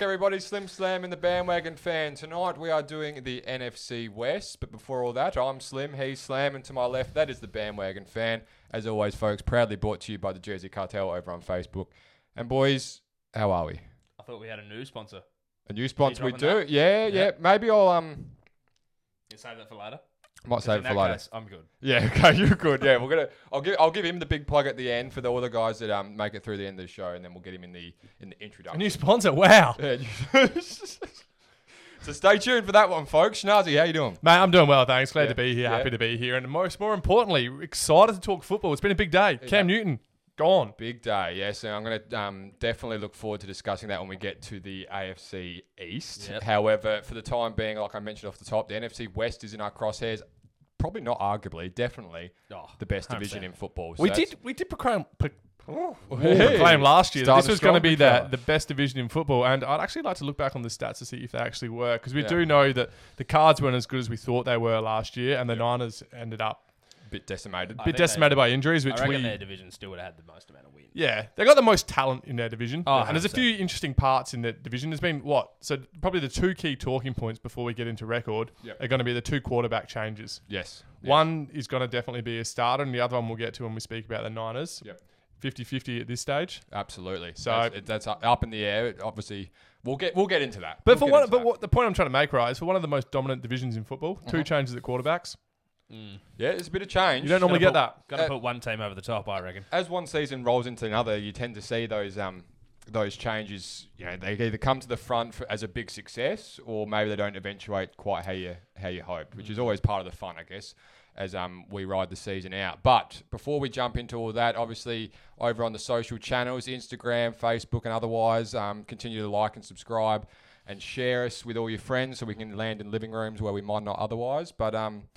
everybody. Slim Slam and the Bandwagon Fan. Tonight we are doing the NFC West. But before all that, I'm Slim, he's Slam, and to my left, that is the Bandwagon Fan. As always, folks, proudly brought to you by the Jersey Cartel over on Facebook. And boys, how are we? I thought we had a new sponsor. A new sponsor we do? dropping that? Yeah, Yeah. yeah. Maybe I'll um You save that for later. might 'Cause save in it for that later. case, I'm good. Yeah, okay, you're good. Yeah, we're gonna. I'll give. I'll give him the big plug at the end for the, all the guys that um make it through the end of the show, and then we'll get him in the in the A introduction. new sponsor. Wow. Yeah, you- so stay tuned for that one, folks. Schnazzy, how you doing? Mate, I'm doing well, thanks. Glad Yeah, to be here. yeah. Happy to be here. And most, more importantly, excited to talk football. It's been a big day. Cam Newton, gone. Big day, yes. And I'm going to um, definitely look forward to discussing that when we get to the AFC East. Yep. However, for the time being, like I mentioned off the top, the NFC West is in our crosshairs. Probably not arguably, definitely Oh, the best division in football. So We that's- did we did proclaim, pro- oh, Hey. proclaim last year that Starting this was going to strong, be big the, fella. the best division in football. And I'd actually like to look back on the stats to see if they actually were. Because we Yeah. do know that the Cards weren't as good as we thought they were last year. And the Niners ended up bit decimated. a I bit think they- decimated by injuries, which I reckon we. their division still would have had the most amount of wins. Yeah, they got the most talent in their division. Oh, and there's a 100%. few interesting parts in the division. There's been what? So probably the two key talking points before we get into record Yep. are going to be the two quarterback changes. Yes. One is going to definitely be a starter, and the other one we'll get to when we speak about the Niners. Yep. 50-50 at this stage. Absolutely. So- that's, it- that's up up in the air. It obviously, we'll get we'll get into that. But We'll for get one, into but that. what the point I'm trying to make, right, is for one of the most dominant divisions in football, two changes at quarterbacks. yeah, it's a bit of change. You don't normally get that. Got to Uh, put one team over the top, I reckon. as one season rolls into another, you tend to see those um those changes. You know, they either come to the front for, as a big success, or maybe they don't eventuate quite how you how you hope, which is always part of the fun, I guess. As um, we ride the season out. But before we jump into all that, obviously over on the social channels, Instagram, Facebook, and otherwise, um, continue to like and subscribe and share us with all your friends so we can land in living rooms where we might not otherwise. But um,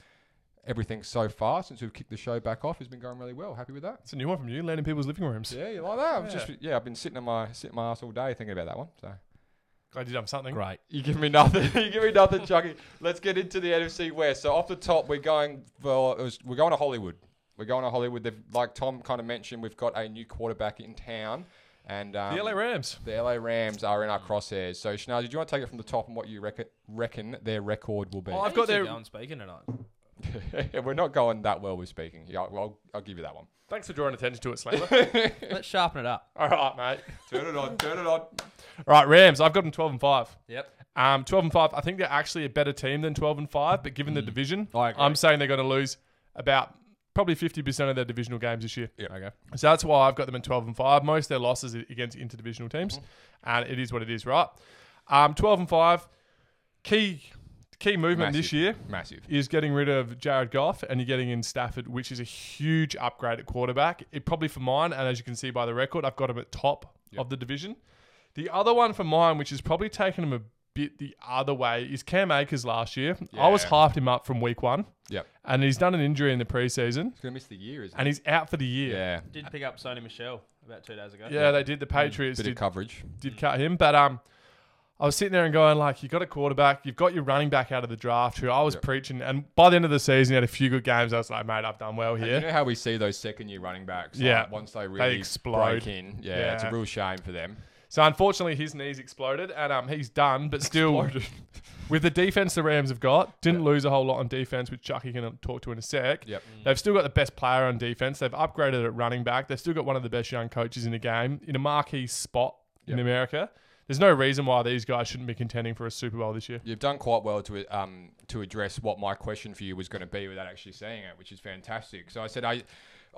everything so far since we've kicked the show back off has been going really well. Happy with that? It's a new one from you, landing people's living rooms. Yeah, you like that? I've Yeah. just yeah, I've been sitting on my sitting my ass all day thinking about that one. So Glad you done something. Great. you give me nothing. you give me nothing, Chucky. Let's get into the NFC West. So off the top, we're going for it was, we're going to Hollywood. We're going to Hollywood. They've, like Tom kind of mentioned, we've got a new quarterback in town, and um, The LA Rams. the LA Rams are in our crosshairs. So Schnaz, do you want to take it from the top and what you reckon reckon their record will be? I've got their- Going speaking tonight. we're not going that well with speaking. Yeah, well, I'll, I'll give you that one. Thanks for drawing attention to it, Slater. Let's sharpen it up. All right, mate. Turn it on. Turn it on. All right, Rams. I've got them 12 and 5. Yep. Um, 12 and 5, I think they're actually a better team than 12 and 5, but given the division, I agree. I'm saying they're going to lose about probably 50% of their divisional games this year. Yeah. Okay. So that's why I've got them in 12 and 5. Most of their losses are against interdivisional teams, and it is what it is, right? Um, 12 and 5, key key movement this Massive. year Massive. is getting rid of Jared Goff and you're getting in Stafford, which is a huge upgrade at quarterback. It probably for mine, and as you can see by the record, I've got him at top of the division. The other one for mine, which has probably taken him a bit the other way, is Cam Akers last year. I was Yeah. hyped him up from week one, Yep. and he's done an injury in the preseason, He's gonna miss the year, isn't he? and he's out for the year. Yeah. Did pick up Sony Michelle about two days ago. Yeah, they did. The Patriots Bit did of coverage. did cut him. But um, I was sitting there and going like, you got a quarterback, you've got your running back out of the draft, who I was Yep. preaching. And by the end of the season, he had a few good games. I was like, mate, I've done well And here. You know how we see those second year running backs? like, Yeah. once they really explode. break in. Yeah, it's a Yeah. real shame for them. So unfortunately, his knees exploded, and um, he's done. But still, with the defense the Rams have got, didn't lose a whole lot on defense, which Chucky can um, talk to in a sec. Yep. They've still got the best player on defense. They've upgraded at running back. They've still got one of the best young coaches in the game in a marquee spot in Yep. America. There's no reason why these guys shouldn't be contending for a Super Bowl this year. You've done quite well to um to address what my question for you was going to be without actually saying it, which is fantastic. So I said I.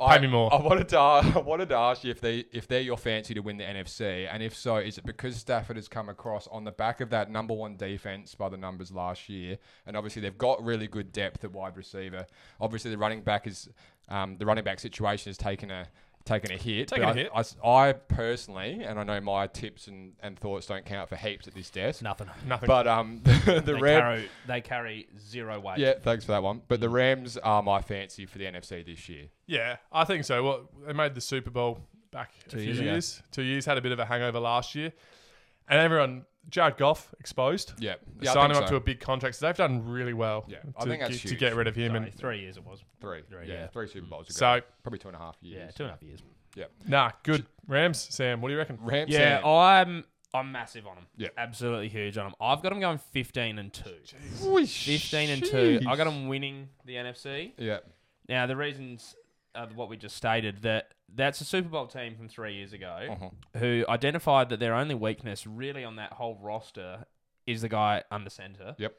I, me more. I wanted to I wanted to ask you if they if they're your fancy to win the NFC, and if so, is it because Stafford has come across on the back of that number one defense by the numbers last year, and obviously they've got really good depth at wide receiver. Obviously, the running back is um, the running back situation has taken a taken a hit. Taken but a hit. I- I s- I personally, and I know my tips and, and thoughts don't count for heaps at this desk. Nothing. Nothing. But um, the, They, the Rams. carry, they carry zero weight. Yeah, thanks for that one. But the Rams are my fancy for the NFC this year. Yeah, I think so. Well, they made the Super Bowl back Two a few years years, ago. Two years had a bit of a hangover last year, and everyone Jared Goff exposed. Yeah, They yeah I signed think him up so. to a big contract, so they've done really well. Yeah, to, I think that's get, to huge. get rid of him. Sorry, And three years it was. three. Three, yeah, yeah. three Super Bowls ago. so, probably two and a half years. Yeah, two and a half years. nah, good Rams. Sam, what do you reckon? Rams. Yeah, and- I'm I'm massive on them. Yeah. Absolutely huge on them. I've got them going 15 and 2. Oi, 15 and 2. I got sheesh. them winning the NFC. Yeah. Now, the reasons are what we just stated that that's a Super Bowl team from three years ago Uh-huh. who identified that their only weakness, really, on that whole roster is the guy under centre. Yep.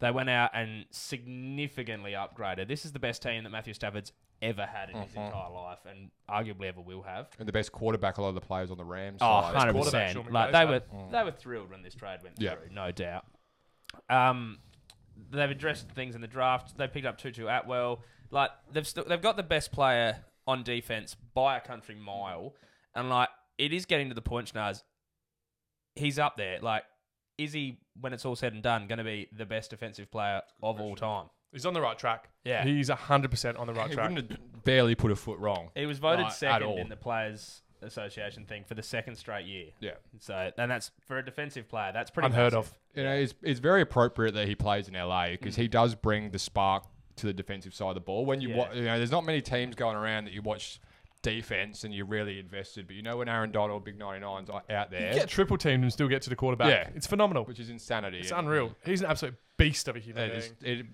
They went out and significantly upgraded. This is the best team that Matthew Stafford's ever had in his Mhm. entire life and arguably ever will have. And the best quarterback, a lot of the players on the Rams. Oh, side. Mm. 100 quarterback, percent. Sean Like McVay's they had. were, they were thrilled when this trade went Yeah. through, no doubt. Um, they've addressed things in the draft. They picked up Tutu Atwell. Like they've still, they've got the best player on defense by a country mile, and like it is getting to the point, Schnaz. He's up there. Like, is he when it's all said and done going to be the best defensive player of all time? He's on the right track. Yeah. He's 100% on the right He track. wouldn't have barely put a foot wrong. He was voted Right, at second all. in the Players Association thing for the second straight year. Yeah. So, and that's for a defensive player. That's pretty Unheard massive. of. You know, it's, it's very appropriate that he plays in LA because Mm. he does bring the spark to the defensive side of the ball. When you, Yeah. wa- you know, there's not many teams going around that you watch defense and you're really invested. But you know, when Aaron Donald, Big 99's are out there, You get triple teamed and still get to the quarterback. Yeah. It's phenomenal. which is insanity. It's and unreal. He's an absolute beast of a human It being. is, it,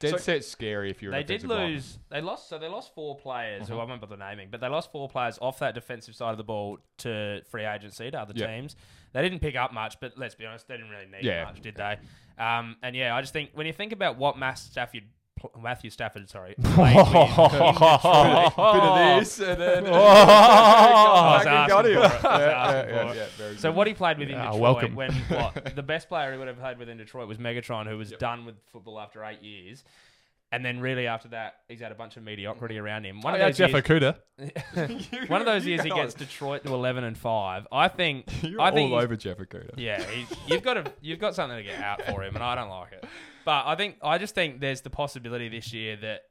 dead So- set scary if you're. They an did offensive lineman. lose. They lost. So they lost four players. Who I remember the naming, but they lost four players off that defensive side of the ball to free agency to other Yeah. teams. They didn't pick up much, but let's be honest, they didn't really need Yeah. much, did they? Um, and yeah, I just think when you think about what Matt Stafford, pl- Matthew Stafford, sorry, played with in Detroit- bit Oh. of this and then. I was Fucking got asking him. for it. I was Yeah, asking yeah, for it. yeah, very So good. what he played with in Ah, Detroit welcome. when what the best player he would have played with in Detroit was Megatron, who was done with football after eight years. And then really after that, he's had a bunch of mediocrity around him. One Oh, of yeah, those Jeff years, Okuda. one of those years he guys- gets Detroit to eleven and five. I think You're I think all he's- over Jeff Okuda. yeah, he's, you've got to, you've got something to get out for him, and I don't like it. But I think I just think there's the possibility this year that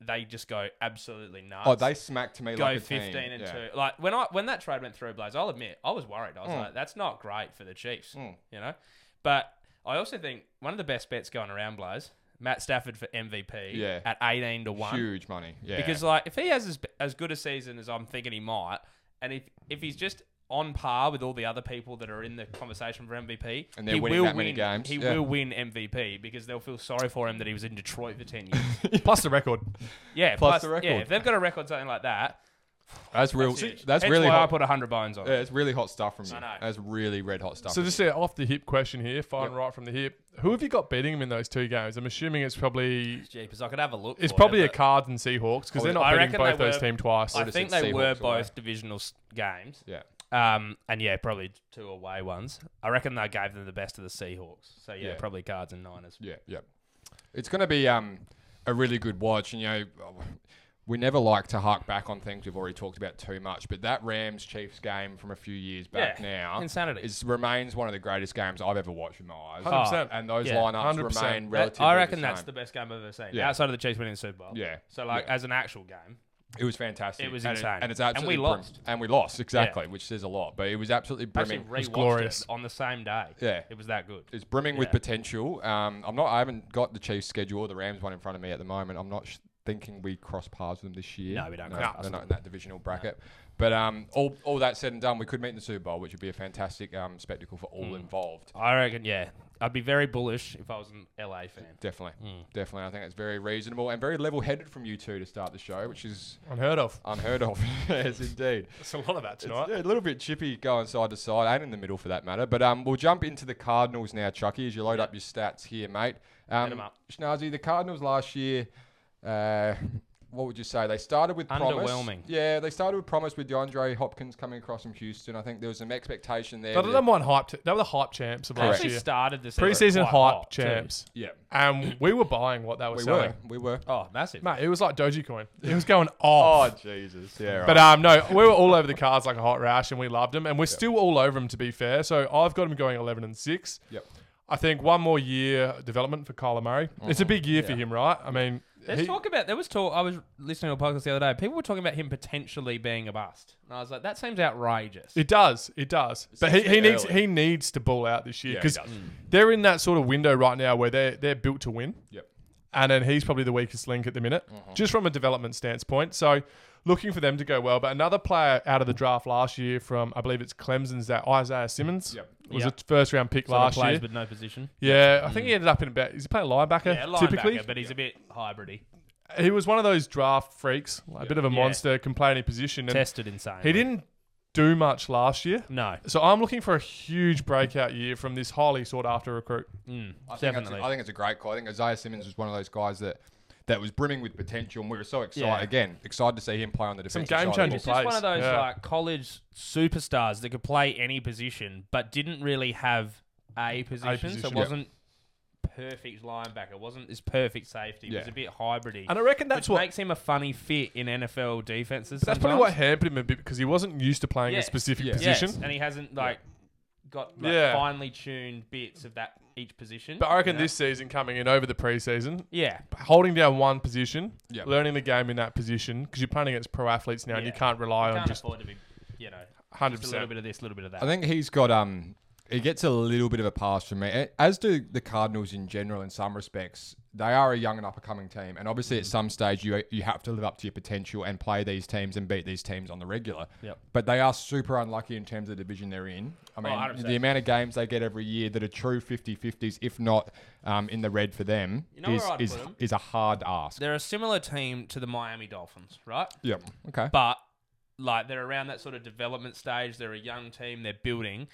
they just go absolutely nuts Oh, they smacked me go like a 15 team. and Yeah. 2. Like when I when that trade went through Blaze, I'll admit, I was worried. I was Mm. like that's not great for the Chiefs, Mm. you know? But I also think one of the best bets going around Blaze, Matt Stafford for MVP Yeah. at 18 to 1 Huge money. Yeah. because like if he has as, as good a season as I'm thinking he might and if if he's just on par with all the other people that are in the conversation for MVP, And they're he winning will that many win- games, He yeah. will win MVP because they'll feel sorry for him that he was in Detroit for 10 years. Plus the record. yeah, Plus the Yeah, record. if they've got a record something like that, that's real. that's, That's, huge. Hence really why I hot. put 100 bones on. it. Yeah, it's really hot stuff from you. I know. That's really red hot stuff. So from just you. a off the hip question here, firing right from the hip. Who have you got beating him in those two games? I'm assuming it's probably Jeepers, I could have a look. it's for probably you, a but Cards and Seahawks because I they're not would- I reckon beating both they those were- teams twice. I Sort of think said they were Seahawks away. both divisional s- games. yeah. Um, and yeah, probably two away ones. I reckon they gave them the best of the Seahawks. So yeah, Yeah. probably Cards and Niners. Yeah, yeah. It's going to be um, a really good watch, and you know, we never like to hark back on things we've already talked about too much, but that Rams Chiefs game from a few years back Yeah, now insanity. Oh, is remains one of the greatest games I've ever watched with my eyes. 100%. And those Yeah, lineups 100%. remain That- relatively. I reckon the that's same. the best game I've ever seen Yeah. outside of the Chiefs winning the Super Bowl. Yeah. So like Yeah. as an actual game, It was fantastic. It was and insane. and it's And absolutely we brim- lost. and we lost exactly, which says a lot. But it was absolutely actually brimming. rewatched glorious. it on the same day. Yeah. it was that good. It's brimming with Yeah. potential. Um, I'm not. I haven't got the Chiefs schedule or the Rams one in front of me at the moment. I'm not sh- thinking we cross paths with them this year. No, we don't No, cross paths they're with not in that divisional bracket. But um, all all that said and done, we could meet in the Super Bowl, which would be a fantastic um, spectacle for Hmm. all involved. I reckon. Yeah, I'd be very bullish if I was an LA fan. Definitely, Hmm. definitely. I think it's very reasonable and very level-headed from you two to start the show, which is Unheard of. unheard of. yes, indeed. That's a lot of that It's a little bit chippy going side to side and in the middle for that matter. But um, we'll jump into the Cardinals now, Chucky, as you load up your stats here, mate. Um, 'em up. Schnazzy, the Cardinals last year, uh, what would you say? They started with promise. Underwhelming. Yeah, they started with promise with DeAndre Hopkins coming across from Houston. I think there was some expectation there. They were that- the number one hype. They were the hype champs of They last actually year. started this Preseason hype hot too. champs, yeah, and we were buying what they were we selling. were, we were. Oh, massive. Mate, it was like Dogecoin. It was going off. Jesus, yeah. But um, no, we were all over the cards like a hot rash, and we loved them, and we're still all over them. To be fair, so I've got them going eleven and six. Yep. I think one more year development for Kyler Murray. It's Mm-hmm. a big year for him, right? I mean, There's he- talk about there was talk. I was listening to a podcast the other day. People were talking about him potentially being a bust, and I was like, that seems outrageous. it does, it does. But he, he actually needs early. he needs to ball out this year Yeah, he Mm. because does. they're in that sort of window right now where they're they're built to win. Yep. And then he's probably the weakest link at the minute, Mm-hmm. just from a development standpoint. So looking for them to go well. But another player out of the draft last year from, I believe it's Clemson's, that Isaiah Simmons Yep. was Yep. a first round pick Sort of last plays year. with no position. Yeah, I think he ended up in about. Is he playing linebacker? Yeah, linebacker, typically, but he's a bit hybridy. he was one of those draft freaks, like a bit of a Yeah. monster, can play any position. And Tested insane. he didn't do much last year, No. so I'm looking for a huge breakout year from this highly sought after recruit. Mm, I think, that's a, definitely. I think it's a great call. I think Isaiah Simmons was one of those guys that that was brimming with potential, and we were so excited Yeah. again, excited to see him play on the defensive game side of the changers. It's ball. just plays. one of those Yeah. like college superstars that could play any position, but didn't really have a position. So position. it Yeah. wasn't perfect linebacker. wasn't this perfect safety. It was Yeah. a bit hybridy, And I reckon which that's what. makes him a funny fit in NFL defenses. That's probably what hampered him a bit because he wasn't used to playing Yeah. a specific Yeah. position. Yes, and he hasn't like got like, Yeah. finely tuned bits of that each position. But I you reckon know? this season coming in over the preseason, Yeah, holding down one position, Yep. learning the game in that position because you're playing against pro athletes now and you Yeah. can't rely can't on just afford to be, you know, hundred just a little percent. bit of this, a little bit of that. I think he's got um he gets a little bit of a pass from me, a- as do the Cardinals in general. In some respects, they are a young and up and coming team, and obviously Mm. at some stage you you have to live up to your potential and play these teams and beat these teams on the regular. Yep. Oh, But they are super unlucky in terms of the division they're in. I mean, 100%. the amount of games they get every year that are true 50-50s, if not um, in the red for them, You know where is I'd is, put 'em? is a hard ask. They're a similar team to the Miami Dolphins, right? Yep. Okay. but like they're around that sort of development stage. They're a young team. They're building.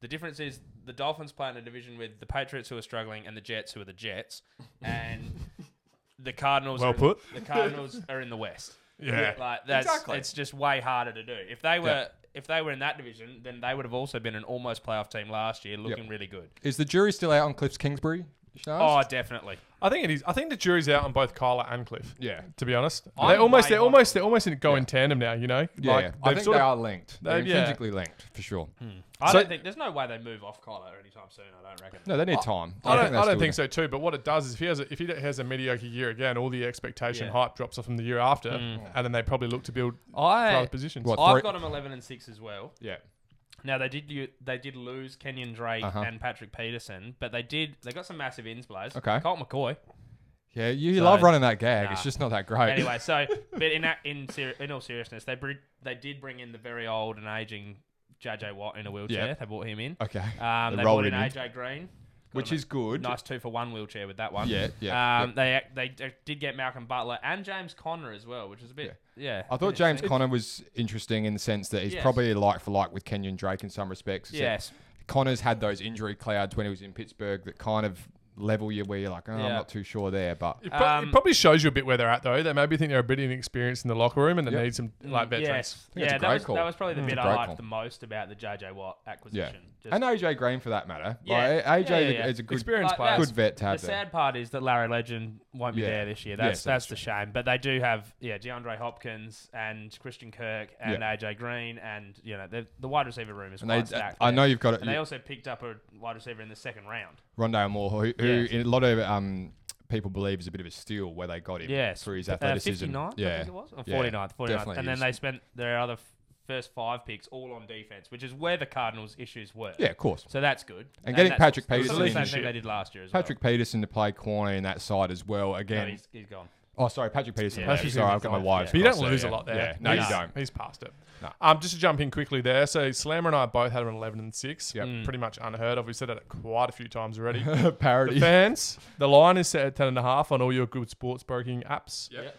The difference is the Dolphins play in a division with the Patriots who are struggling and the Jets who are the Jets, and the Cardinals. Well are in- put. the Cardinals are in the West. Yeah. like that's Exactly. it's just way harder to do. If they were if they were in that division, then they would have also been an almost playoff team last year, looking really good. Is the jury still out on Cliff's Kingsbury? Shaz? Oh, definitely. I think it is. I think the jury's out on both Kyler and Cliff. yeah. To be honest, I'm they almost way they're on almost Cliff. they're almost in go in tandem now. You know, Yeah, yeah. I they've think sort they of- are linked. They're they've- yeah. intrinsically linked for sure. I So- don't think there's no way they move off Kyler anytime soon. I don't reckon. No, they need time. I don't, they're I still don't think there. so too. But what it does is if he has a, if he has a mediocre year again, all the expectation Yeah. hype drops off from the year after, and then they probably look to build for I other positions. Mm. What? I've Three- got them eleven and six as well. Yeah. Now they did u- they did lose Kenyon Drake Uh-huh. and Patrick Peterson, but they did they got some massive ins blows. Okay. Colt McCoy. Yeah, you So- love running that gag. It's Nah. just not that great. Anyway, so but in that, in ser- in all seriousness, they br- they did bring in the very old and aging JJ Watt in a wheelchair. Yep. They brought him in. okay. Um, They they rolled brought in him in. AJ Green, Which him is good. nice two for one wheelchair with that one. Yeah, yeah, Um, they ac- they they did get Malcolm Butler and James Conner as well, which is a bit yeah. I thought James interesting. Connor was interesting in the sense that he's Yes. probably like for like with Kenyon Drake in some respects. except Yes. Connor's had those injury clouds when he was in Pittsburgh that kind of level you where you're like, oh, I'm Yeah. not too sure there. But It, pro- Um, it probably shows you a bit where they're at though. They maybe think they're a bit inexperienced in the locker room and they Yep. need some like veterans. Mm, Yes. think it's Yeah, a that great was, call. that was probably the bit a I great liked call. the most about the JJ Watt yeah. acquisition. Just- And AJ Green for that matter. Yeah. Like, AJ Yeah, yeah, is a- yeah. is a good, Experience Like, player. that's- good vet to the have there. sad part is that Larry Legend won't be Yeah. there this year. That's Yes, that's that's the shame. But they do have yeah DeAndre Hopkins and Christian Kirk and AJ Green and you know the the wide receiver room is And quite they, stacked. I there. know you've got it. And they you- also picked up a wide receiver in the second round. Rondale Moore, who, who Yes. in a lot of um, people believe is a bit of a steal where they got him Yes, for his Uh, athleticism. 59th, yeah. I think it was, or Yeah, 49th, 49th. definitely And then is. they spent their other f- first five picks all on defense, which is where the Cardinals' issues were. Yeah, of course. So that's good. And getting that's- Patrick that's Peterson the in same this thing year. they did last year as well. Patrick Peterson to play corner in that side as well. No, Again, he's, he's gone. oh sorry, Patrick Peterson. Yeah, Patrick Patrick sorry, I've got Peterson's my off, wives. But you don't crossed lose there, a yeah. lot there. Yeah. No, He's- you don't. He's past it. No. Um, just to jump in quickly there. So Slammer and I both had an 11 and 6. Yep. Mm. Pretty much unheard of. We've said it quite a few times already. the Parody. fans, the line is set at 10.5 on all your good sports broking apps. Yep. Yep.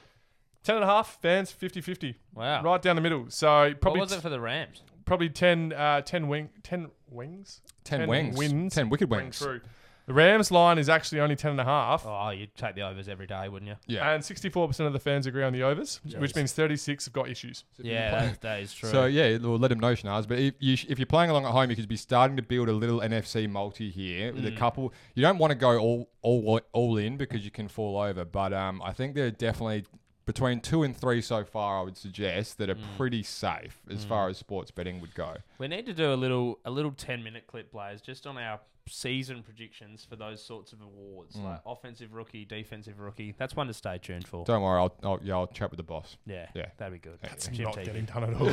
10.5, fans 50 50. Wow. Right down the middle. So What probably was it for the Rams? probably 10, uh, 10, wing, 10 wings. Ten, Ten wings. wins. Ten wicked Ring wings. true. The Rams line is actually only 10.5. Oh, you'd take the overs every day, wouldn't you? Yeah. And 64% of the fans agree on the overs, which means 36 have got issues. yeah, that, that is true. So yeah, we'll let them know, Shanaz. But if, you, if you're playing along at home, you could be starting to build a little NFC multi here with a Mm. couple. You don't want to go all all all in because you can fall over. But um, I think they're definitely between two and three so far. I would suggest that are Mm. pretty safe as far as sports betting would go. we need to do a little a little ten minute clip, Blaze, just on our season predictions for those sorts of awards, like offensive rookie, defensive rookie. That's one to stay tuned for. Don't worry, I'll, I'll yeah, I'll chat with the boss. yeah, Yeah. that'd be good. That's Jim not Teague. getting done at all.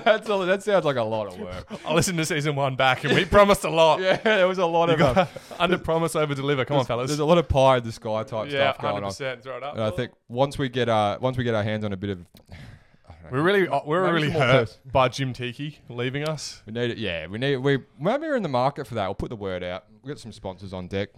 That's a, that sounds like a lot of work. I listened to season one back, and we promised a lot. yeah, there was a lot You of um, got under promise, over deliver. Come on, there's- fellas. There's a lot of pie in the sky type Yeah, stuff going hundred on. percent. Throw it up. And I think once we get uh once we get our hands on a bit of, I don't know, we're really uh, we're Maybe really some more hurt by Jim Tiki leaving us. we need it. Yeah, we need we maybe we're in the market for that. We'll put the word out. We've got some sponsors on deck,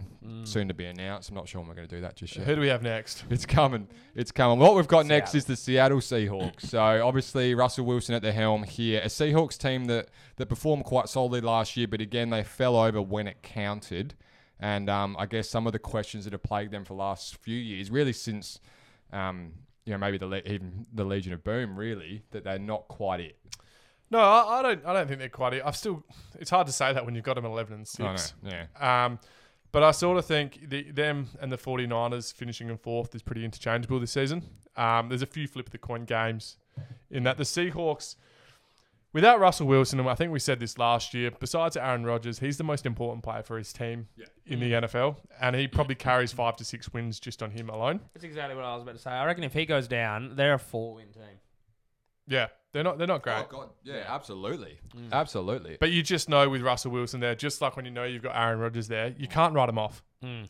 soon to be announced. I'm not sure when we're going to do that just yet. Who do we have next? It's coming. It's coming. What we've got next Seattle. is the Seattle Seahawks. So obviously Russell Wilson at the helm here. A Seahawks team that that performed quite solidly last year, but again they fell over when it counted. And um, I guess some of the questions that have plagued them for the last few years, really since um, you know maybe the le- even the Legion of Boom, really that they're not quite it. No, I, I don't. I don't think they're quite. It. I've still. It's hard to say that when you've got them at eleven and I know, six. Yeah. Um, but I sort of think the, them and the 49ers finishing in fourth is pretty interchangeable this season. Um, there's a few flip of the coin games in that the Seahawks, without Russell Wilson, and I think we said this last year, besides Aaron Rodgers, he's the most important player for his team Yeah. in the NFL, and he probably carries five to six wins just on him alone. That's exactly what I was about to say. I reckon if he goes down, they're a four-win team. Yeah, they're not they're not great. Oh God. Yeah. Absolutely. Absolutely. But you just know with Russell Wilson there, just like when you know you've got Aaron Rodgers there, you can't write him off.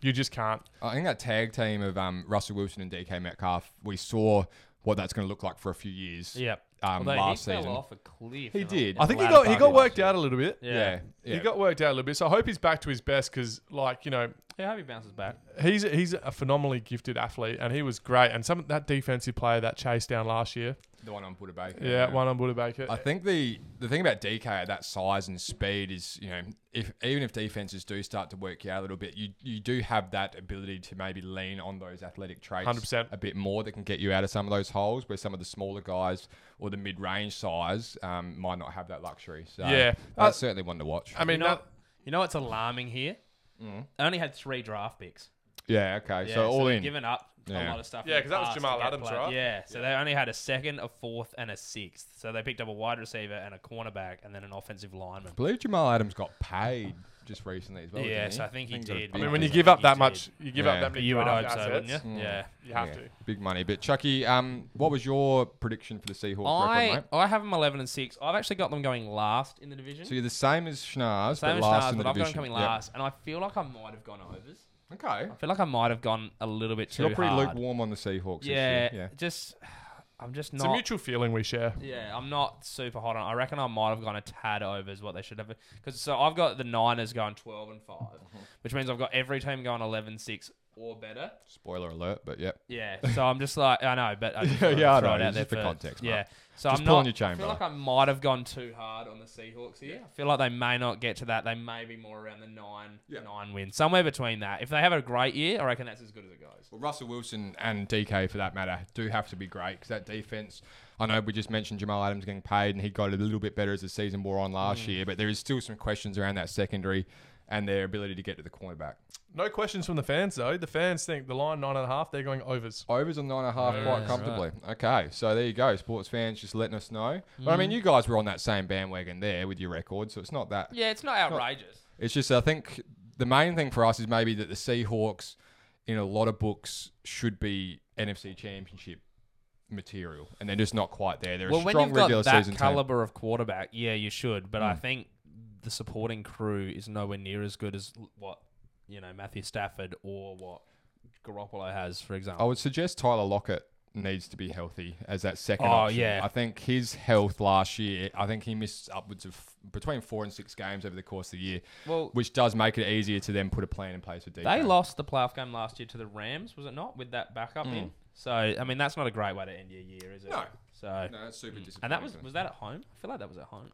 You just can't. I think that tag team of um, Russell Wilson and DK Metcalf, we saw what that's going to look like for a few years. Yep. Um, Although last he fell season. off a cliff. He in the- did. I in the I think he latter got he part got of last worked out a little bit. year. Yeah. yeah. He got worked out a little bit, so I hope he's back to his best because, like you know, Yeah, I hope he bounces back. he's he's a phenomenally gifted athlete, and he was great. And some that defensive player that chased down last year, the one on Buddha Baker. yeah, one on Buda Baker. I think the the thing about DK at that size and speed is, you know, if even if defenses do start to work you out a little bit, you you do have that ability to maybe lean on those athletic traits 100%. a bit more that can get you out of some of those holes where some of the smaller guys or the mid range size um, might not have that luxury. So Yeah. that's Uh, certainly one to watch. I mean, you know, that, you know what's alarming here? I only had three draft picks. yeah, okay. uh, Yeah, so all they've in. Given up a Yeah. lot of stuff. Yeah, in 'cause the that was past to Jamal get Adams, played. right? Yeah, so they only had a second, a fourth, and a sixth. So they picked up a wide receiver and a cornerback, and then an offensive lineman. I believe Jamal Adams got paid just recently as well. yeah, didn't so I think he got a did. big I mean, when you Yeah. give up that He much, did. you give Yeah. up that many you would hope draft so, wouldn't you? assets, Yeah. you have Yeah, to. Big money. But Chucky, um, what was your prediction for the Seahawks record, I mate? I have them eleven and six. I've actually got them going last in the division. So you're the same as Schnars, Same but last as Stars, in the but I've got them division. coming last, and I feel like I might have gone overs. Yep. Okay. I feel like I might have gone a little bit So too you're pretty hard. lukewarm on the Seahawks Yeah, this year. just I'm just It's not. a mutual feeling we share. Yeah, I'm not super hot on. I reckon I might have gone a tad over is what they should have. Because so I've got the Niners going 12 and 5, Mm-hmm. which means I've got every team going 11 6 or better. Spoiler alert, but yep. Yeah, so I'm just like I know, but I just Yeah, wanted to yeah, I throw know, it out it's there just the for- context, Yeah, man. so Just I'm pull not. on your chain, I feel brother. like I might have gone too hard on the Seahawks here. I feel like they may not get to that. They may be more around the nine Yeah. nine wins, somewhere between that. If they have a great year, I reckon that's as good as it goes. Well, Russell Wilson and DK, for that matter, do have to be great because that defense. I know we just mentioned Jamal Adams getting paid, and he got a little bit better as the season wore on last year, but there is still some questions around that secondary and their ability to get to the cornerback. No questions from the fans though. The fans think the line nine and a half. They're going overs. Overs on nine and a half Yeah, quite that's comfortably. Okay, so there you go, sports fans, just letting us know. But I mean, you guys were on that same bandwagon there with your record, so it's not that. Yeah, it's not outrageous. It's just I think the main thing for us is maybe that the Seahawks, in a lot of books, should be NFC Championship material, and they're just not quite there. They're well, a when strong you've got regular that season Hmm. team. caliber of quarterback, yeah, you should. But I think the supporting crew is nowhere near as good as l- what you know Matthew Stafford or what Garoppolo has, for I example. would suggest Tyler Lockett needs to be healthy as that second Oh, option. yeah. I think his health last year, I think he missed upwards of between four and six games over the course of the year, Well, which does make it easier to then put a plan in place with DK. they lost the playoff game last year to the Rams, was it not? With that backup in, so I mean that's not a great way to end your year, is it? Hmm. No. So. No, that's super disappointing. Mm. And that was was that at home? I feel like that was at home.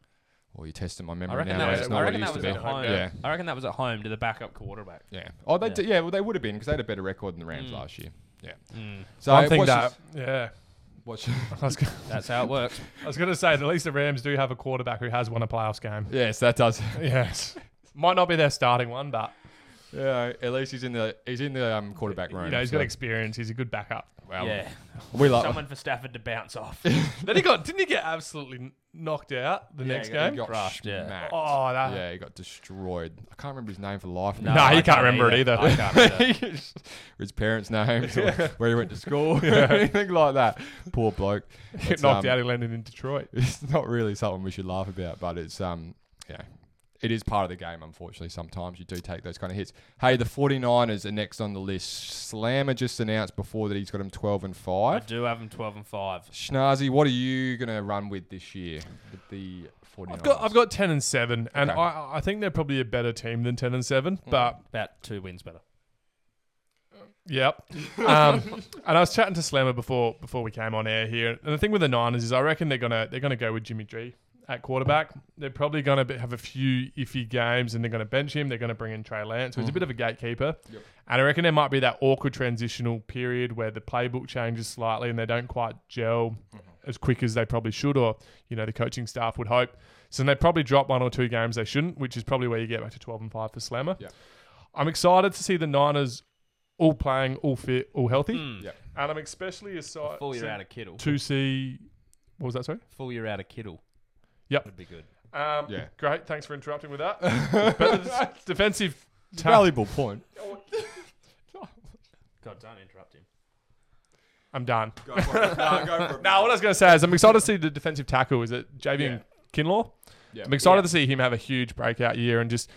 Well, you're testing my memory I reckon now. that mate. was. It's I not what it reckon that used to was be. at home. Yeah. I reckon that was at home to the backup quarterback. Yeah. Oh, they Yeah. yeah. Did, yeah. Well, they would have been because they had a better record than the Mm. Rams last year. Yeah. So One thing what's that, your- yeah, what's your- I was, gonna, That's how it works. I was gonna say at least the Rams do have a quarterback who has won a playoffs game. yes, that does. Yes, might not be their starting one, but Yeah, at least he's in the he's in the um, quarterback room. You know, he's so- got experience. He's a good backup. well, yeah, We love someone for Stafford to bounce off. then he got didn't he get absolutely kn- knocked out the Yeah, next he got- He game? got Crushed, yeah. smacked. oh, that, Yeah, he got destroyed. I can't remember his name for the life of me. No, I he can't, remember it either. I can't either. his parents' names or where he went to school, anything like that. Poor bloke. Get It's, knocked um, out. He landed in Detroit. It's not really something we should laugh about, but it's um yeah. It is part of the game, unfortunately. Sometimes you do take those kind of hits. Hey, the 49ers are next on the list. Slammer just announced before that he's got him 12 and I 5. do have him twelve and five. Schnazzy, what are you going to run with this year with the 49ers? I've got I've got ten and seven, and Okay. I I think they're probably a better team than ten and seven. But About two wins better. yep. Um, and I was chatting to Slammer before before we came on air here, and the thing with the Niners is I reckon they're gonna they're gonna go with Jimmy G at quarterback. They're probably gonna be, have a few iffy games, and they're gonna bench him. They're gonna bring in Trey Lance, who's a bit of a gatekeeper. Yep. And I reckon there might be that awkward transitional period where the playbook changes slightly and they don't quite gel as quick as they probably should, or you know the coaching staff would hope. So they probably drop one or two games they shouldn't, which is probably where you get back to twelve and five for Slammer. Yeah. I'm excited to see the Niners all playing, all fit, all healthy, Mm. Yeah. and I'm especially excited Full year out of Kittle. to see. What was that? Sorry. Full year out of Kittle. Yep. would be good. Um, Yeah. Great. Thanks for interrupting with that. but the s- defensive. Ta- Valuable point. God, don't interrupt him. I'm done. Go for it. No, go for it. Now, what I was going to say is, I'm excited to see the defensive tackle. Is it Javian Kinlaw? Yeah. I'm excited Yeah. to see him have a huge breakout year and just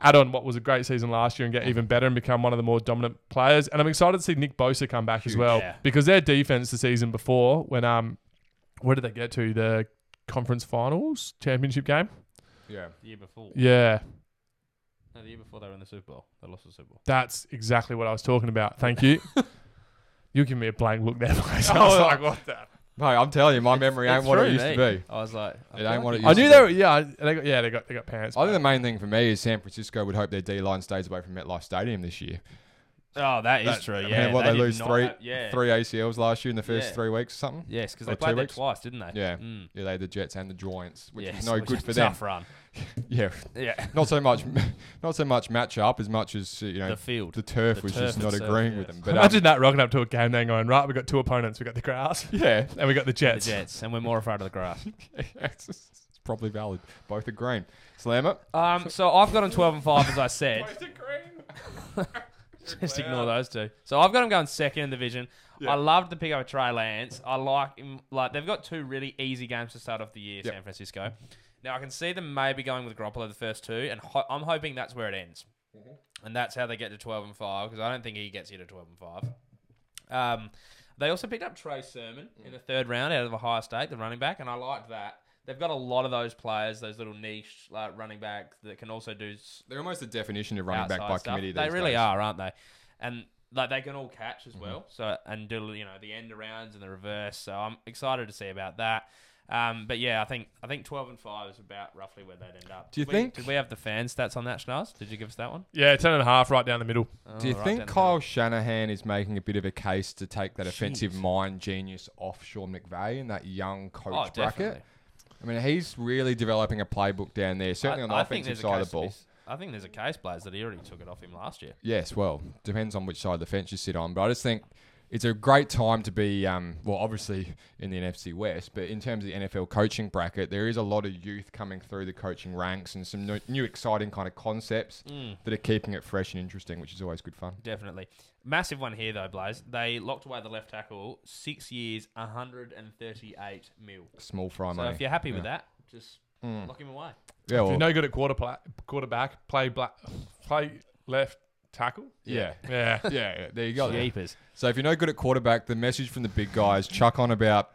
add on what was a great season last year and get even better and become one of the more dominant players. And I'm excited to see Nick Bosa come back as Huge. well Yeah. because their defense the season before, when um, where did they get to the conference finals championship game? Yeah. The year before. Yeah, No, the year before they were in the Super Bowl. They lost the Super Bowl. that's exactly what I was talking about. Thank you. you give me a blank look there. Blaze. I was Oh, like, what the? Hey, I'm telling you, my memory ain't It's what it through used me. to be. I was like, It ain't what it I used to knew be. they were. Yeah, they got. Yeah, they got. They got pants. I think the main thing for me is San Francisco would hope their D line stays away from MetLife Stadium this year. Oh, that is That- true. I mean, Yeah, what they, did lose not three have- yeah. three ACLs last year in the first Yeah. three weeks, or something. Yes, because Or they two played there weeks. twice, didn't they? Yeah. Mm. Yeah, they had the Jets and the Giants, which Yes, is no which good is for a them. Tough run. Yeah, Yeah. not so much, not so much matchup as much as uh, you know The the, field. turf the was turf just not itself, agreeing yeah. with them. But um, Imagine that rocking up to a game then going right. We got two opponents. We got the grass yeah, and we got the the Jets. Jets, and we're more afraid of the grass. it's probably valid. Both are green. Slam it. Um, so I've got him 12 and 5, as I said. green. Just ignore those two. So I've got him going second in the division. Yeah. I loved the pick up of Trey Lance. I like him. Like they've got two really easy games to start off the year. Yep. San Francisco. Now I can see them maybe going with Garoppolo the first two, and ho- I'm hoping that's where it ends, and that's how they get to 12 and five because I don't think he gets here to 12 and five. Um, they also picked up Trey Sermon in the third round out of Ohio State, the running back, and I liked that. They've got a lot of those players, those little niche like running back that can also do s- They're almost the definition of running back outside by stuff. committee. They these really days. Mm-hmm. are, aren't they? And like they can all catch as well. So and do you know the end arounds and the reverse. So I'm excited to see about that. Um, but yeah, I think I think twelve and five is about roughly where they'd end up. Do you Did we- think- Did we have the fan stats on that, Schnaz? Did you give us that one? Yeah, ten and a half right down the middle. Oh, Do you right, think down the Kyle middle. Shanahan is making a bit of a case to take that offensive mind genius off Sean McVay and that young coach Oh, bracket? definitely. I mean, he's really developing a playbook down there, certainly I- on the I think offensive there's a side of the case to be ball. s- I think there's a case, Blaze, that he already took it off him last year. Yes, well, depends on which side of the fence you sit on, but I just think it's a great time to be, um, well, obviously in the NFC West, but in terms of the NFL coaching bracket, there is a lot of youth coming through the coaching ranks and some new, new exciting kind of concepts that are keeping it fresh and interesting, which is always good fun. Definitely. Massive one here though, Blaze. They locked away the left tackle, six years, hundred and thirty eight mil. Small fry So money. if you're happy with Yeah. Hmm. that, just lock him away. yeah, If well, you're no good at quarter pla- quarterback, play black, play left tackle. yeah. Yeah. Yeah, yeah, there you go. Jeepers. So if you're no good at quarterback, the message from the big guys: chuck on about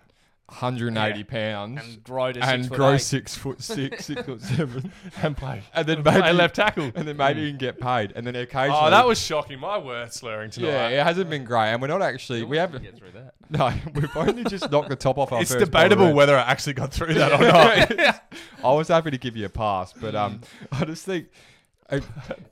180 pounds And grow to six and foot grow eight. six foot six, six foot seven, and play. and then Play maybe left tackle. and then maybe you can get paid. And then occasionally, Oh, that was shocking. My word slurring tonight. yeah, it hasn't been great, and we're not actually we have get through that. no, we've only just knocked the top off our. It's first debatable bottle of whether I actually got through that or not. red. I was happy to give you a pass, but um, I just think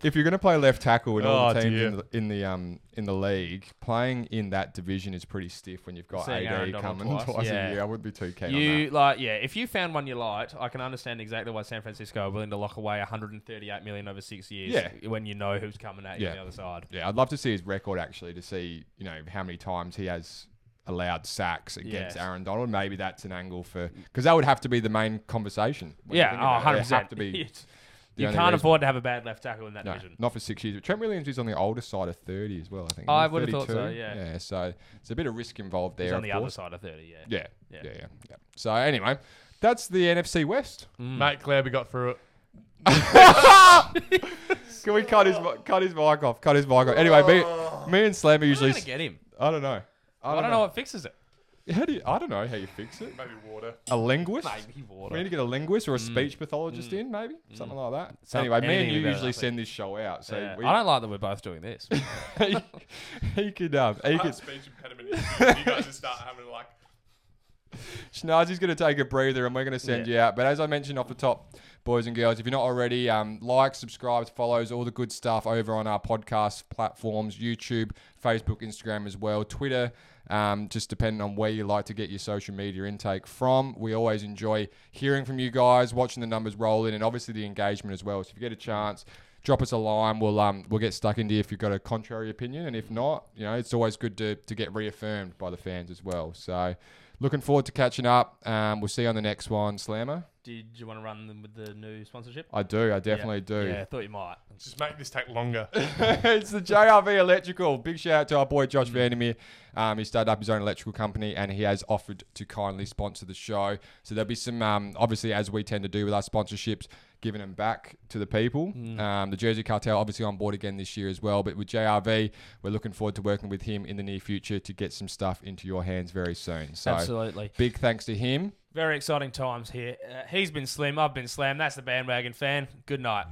if you're going to play left tackle in all the Oh, teams dear. in the, in the um in the league, playing in that division is pretty stiff when you've got Seeing Aaron AD Donald coming twice. twice, Yeah. a year. I wouldn't be too keen on You that. like yeah. If you found one you liked, I can understand exactly why San Francisco are willing to lock away 138 million over six years. Yeah. when you know who's coming at you on Yeah. the other side. Yeah, I'd love to see his record actually to see you know how many times he has allowed sacks against Yes. Aaron Donald. Maybe that's an angle for because that would have to be the main conversation. when you yeah, think oh, about it. 100 It'd percent. Have to be the You only can't reason- afford to have a bad left tackle in that No, division. not for six years. Trent Williams is on the older side of thirty as well. I think. I Isn't he would've thought so, 32? yeah. Yeah. So it's a bit of risk involved there. He's on of the course. other side of 30. Yeah. Yeah, Yeah. yeah, yeah, yeah. So anyway, that's the NFC West. Mm. Mate, glad we got through it. Can we cut his mi- cut his mic off? Cut his mic off. Anyway, me, me and Slam are Who's usually. gonna get him? I don't know. I don't know what fixes it. How do you, I don't know how you fix it. Maybe water. A linguist. Maybe We need water. to get a linguist or a Mm. speech pathologist in, maybe something like that. Some- anyway, me and anything you to do with usually that, send this show out, so Yeah. we, I don't like that we're both doing this. he, he could. Um, he could. speech impediment. you guys just start having like. Schnazi's going to take a breather and we're going to send you out. But as I mentioned off the top, boys and girls, if you're not already, um, like, subscribes, follows, all the good stuff over on our podcast platforms YouTube, Facebook, Instagram as well, Twitter. Um, just depending on where you like to get your social media intake from. We always enjoy hearing from you guys, watching the numbers roll in, and obviously the engagement as well. So if you get a chance, drop us a line. We'll um we'll get stuck into you if you've got a contrary opinion, and if not, you know it's always good to to get reaffirmed by the fans as well. So looking forward to catching up. Um, we'll see you on the next one, Slammer. Did you want to run them with the new sponsorship? I do, I definitely do. Yeah, I thought you might. Just make this take longer. it's the JRV Electrical. Big shout out to our boy Josh Mm. Vandermeer. Um, he started up his own electrical company and he has offered to kindly sponsor the show. So there'll be some, um, obviously, as we tend to do with our sponsorships, giving them back to the people. Mm. Um, the Jersey Cartel obviously on board again this year as well. But with JRV, we're looking forward to working with him in the near future to get some stuff into your hands very soon. So Absolutely. big thanks to him. Very exciting times here. Uh, he's been slim. I've been slam. That's the bandwagon fan. Good night.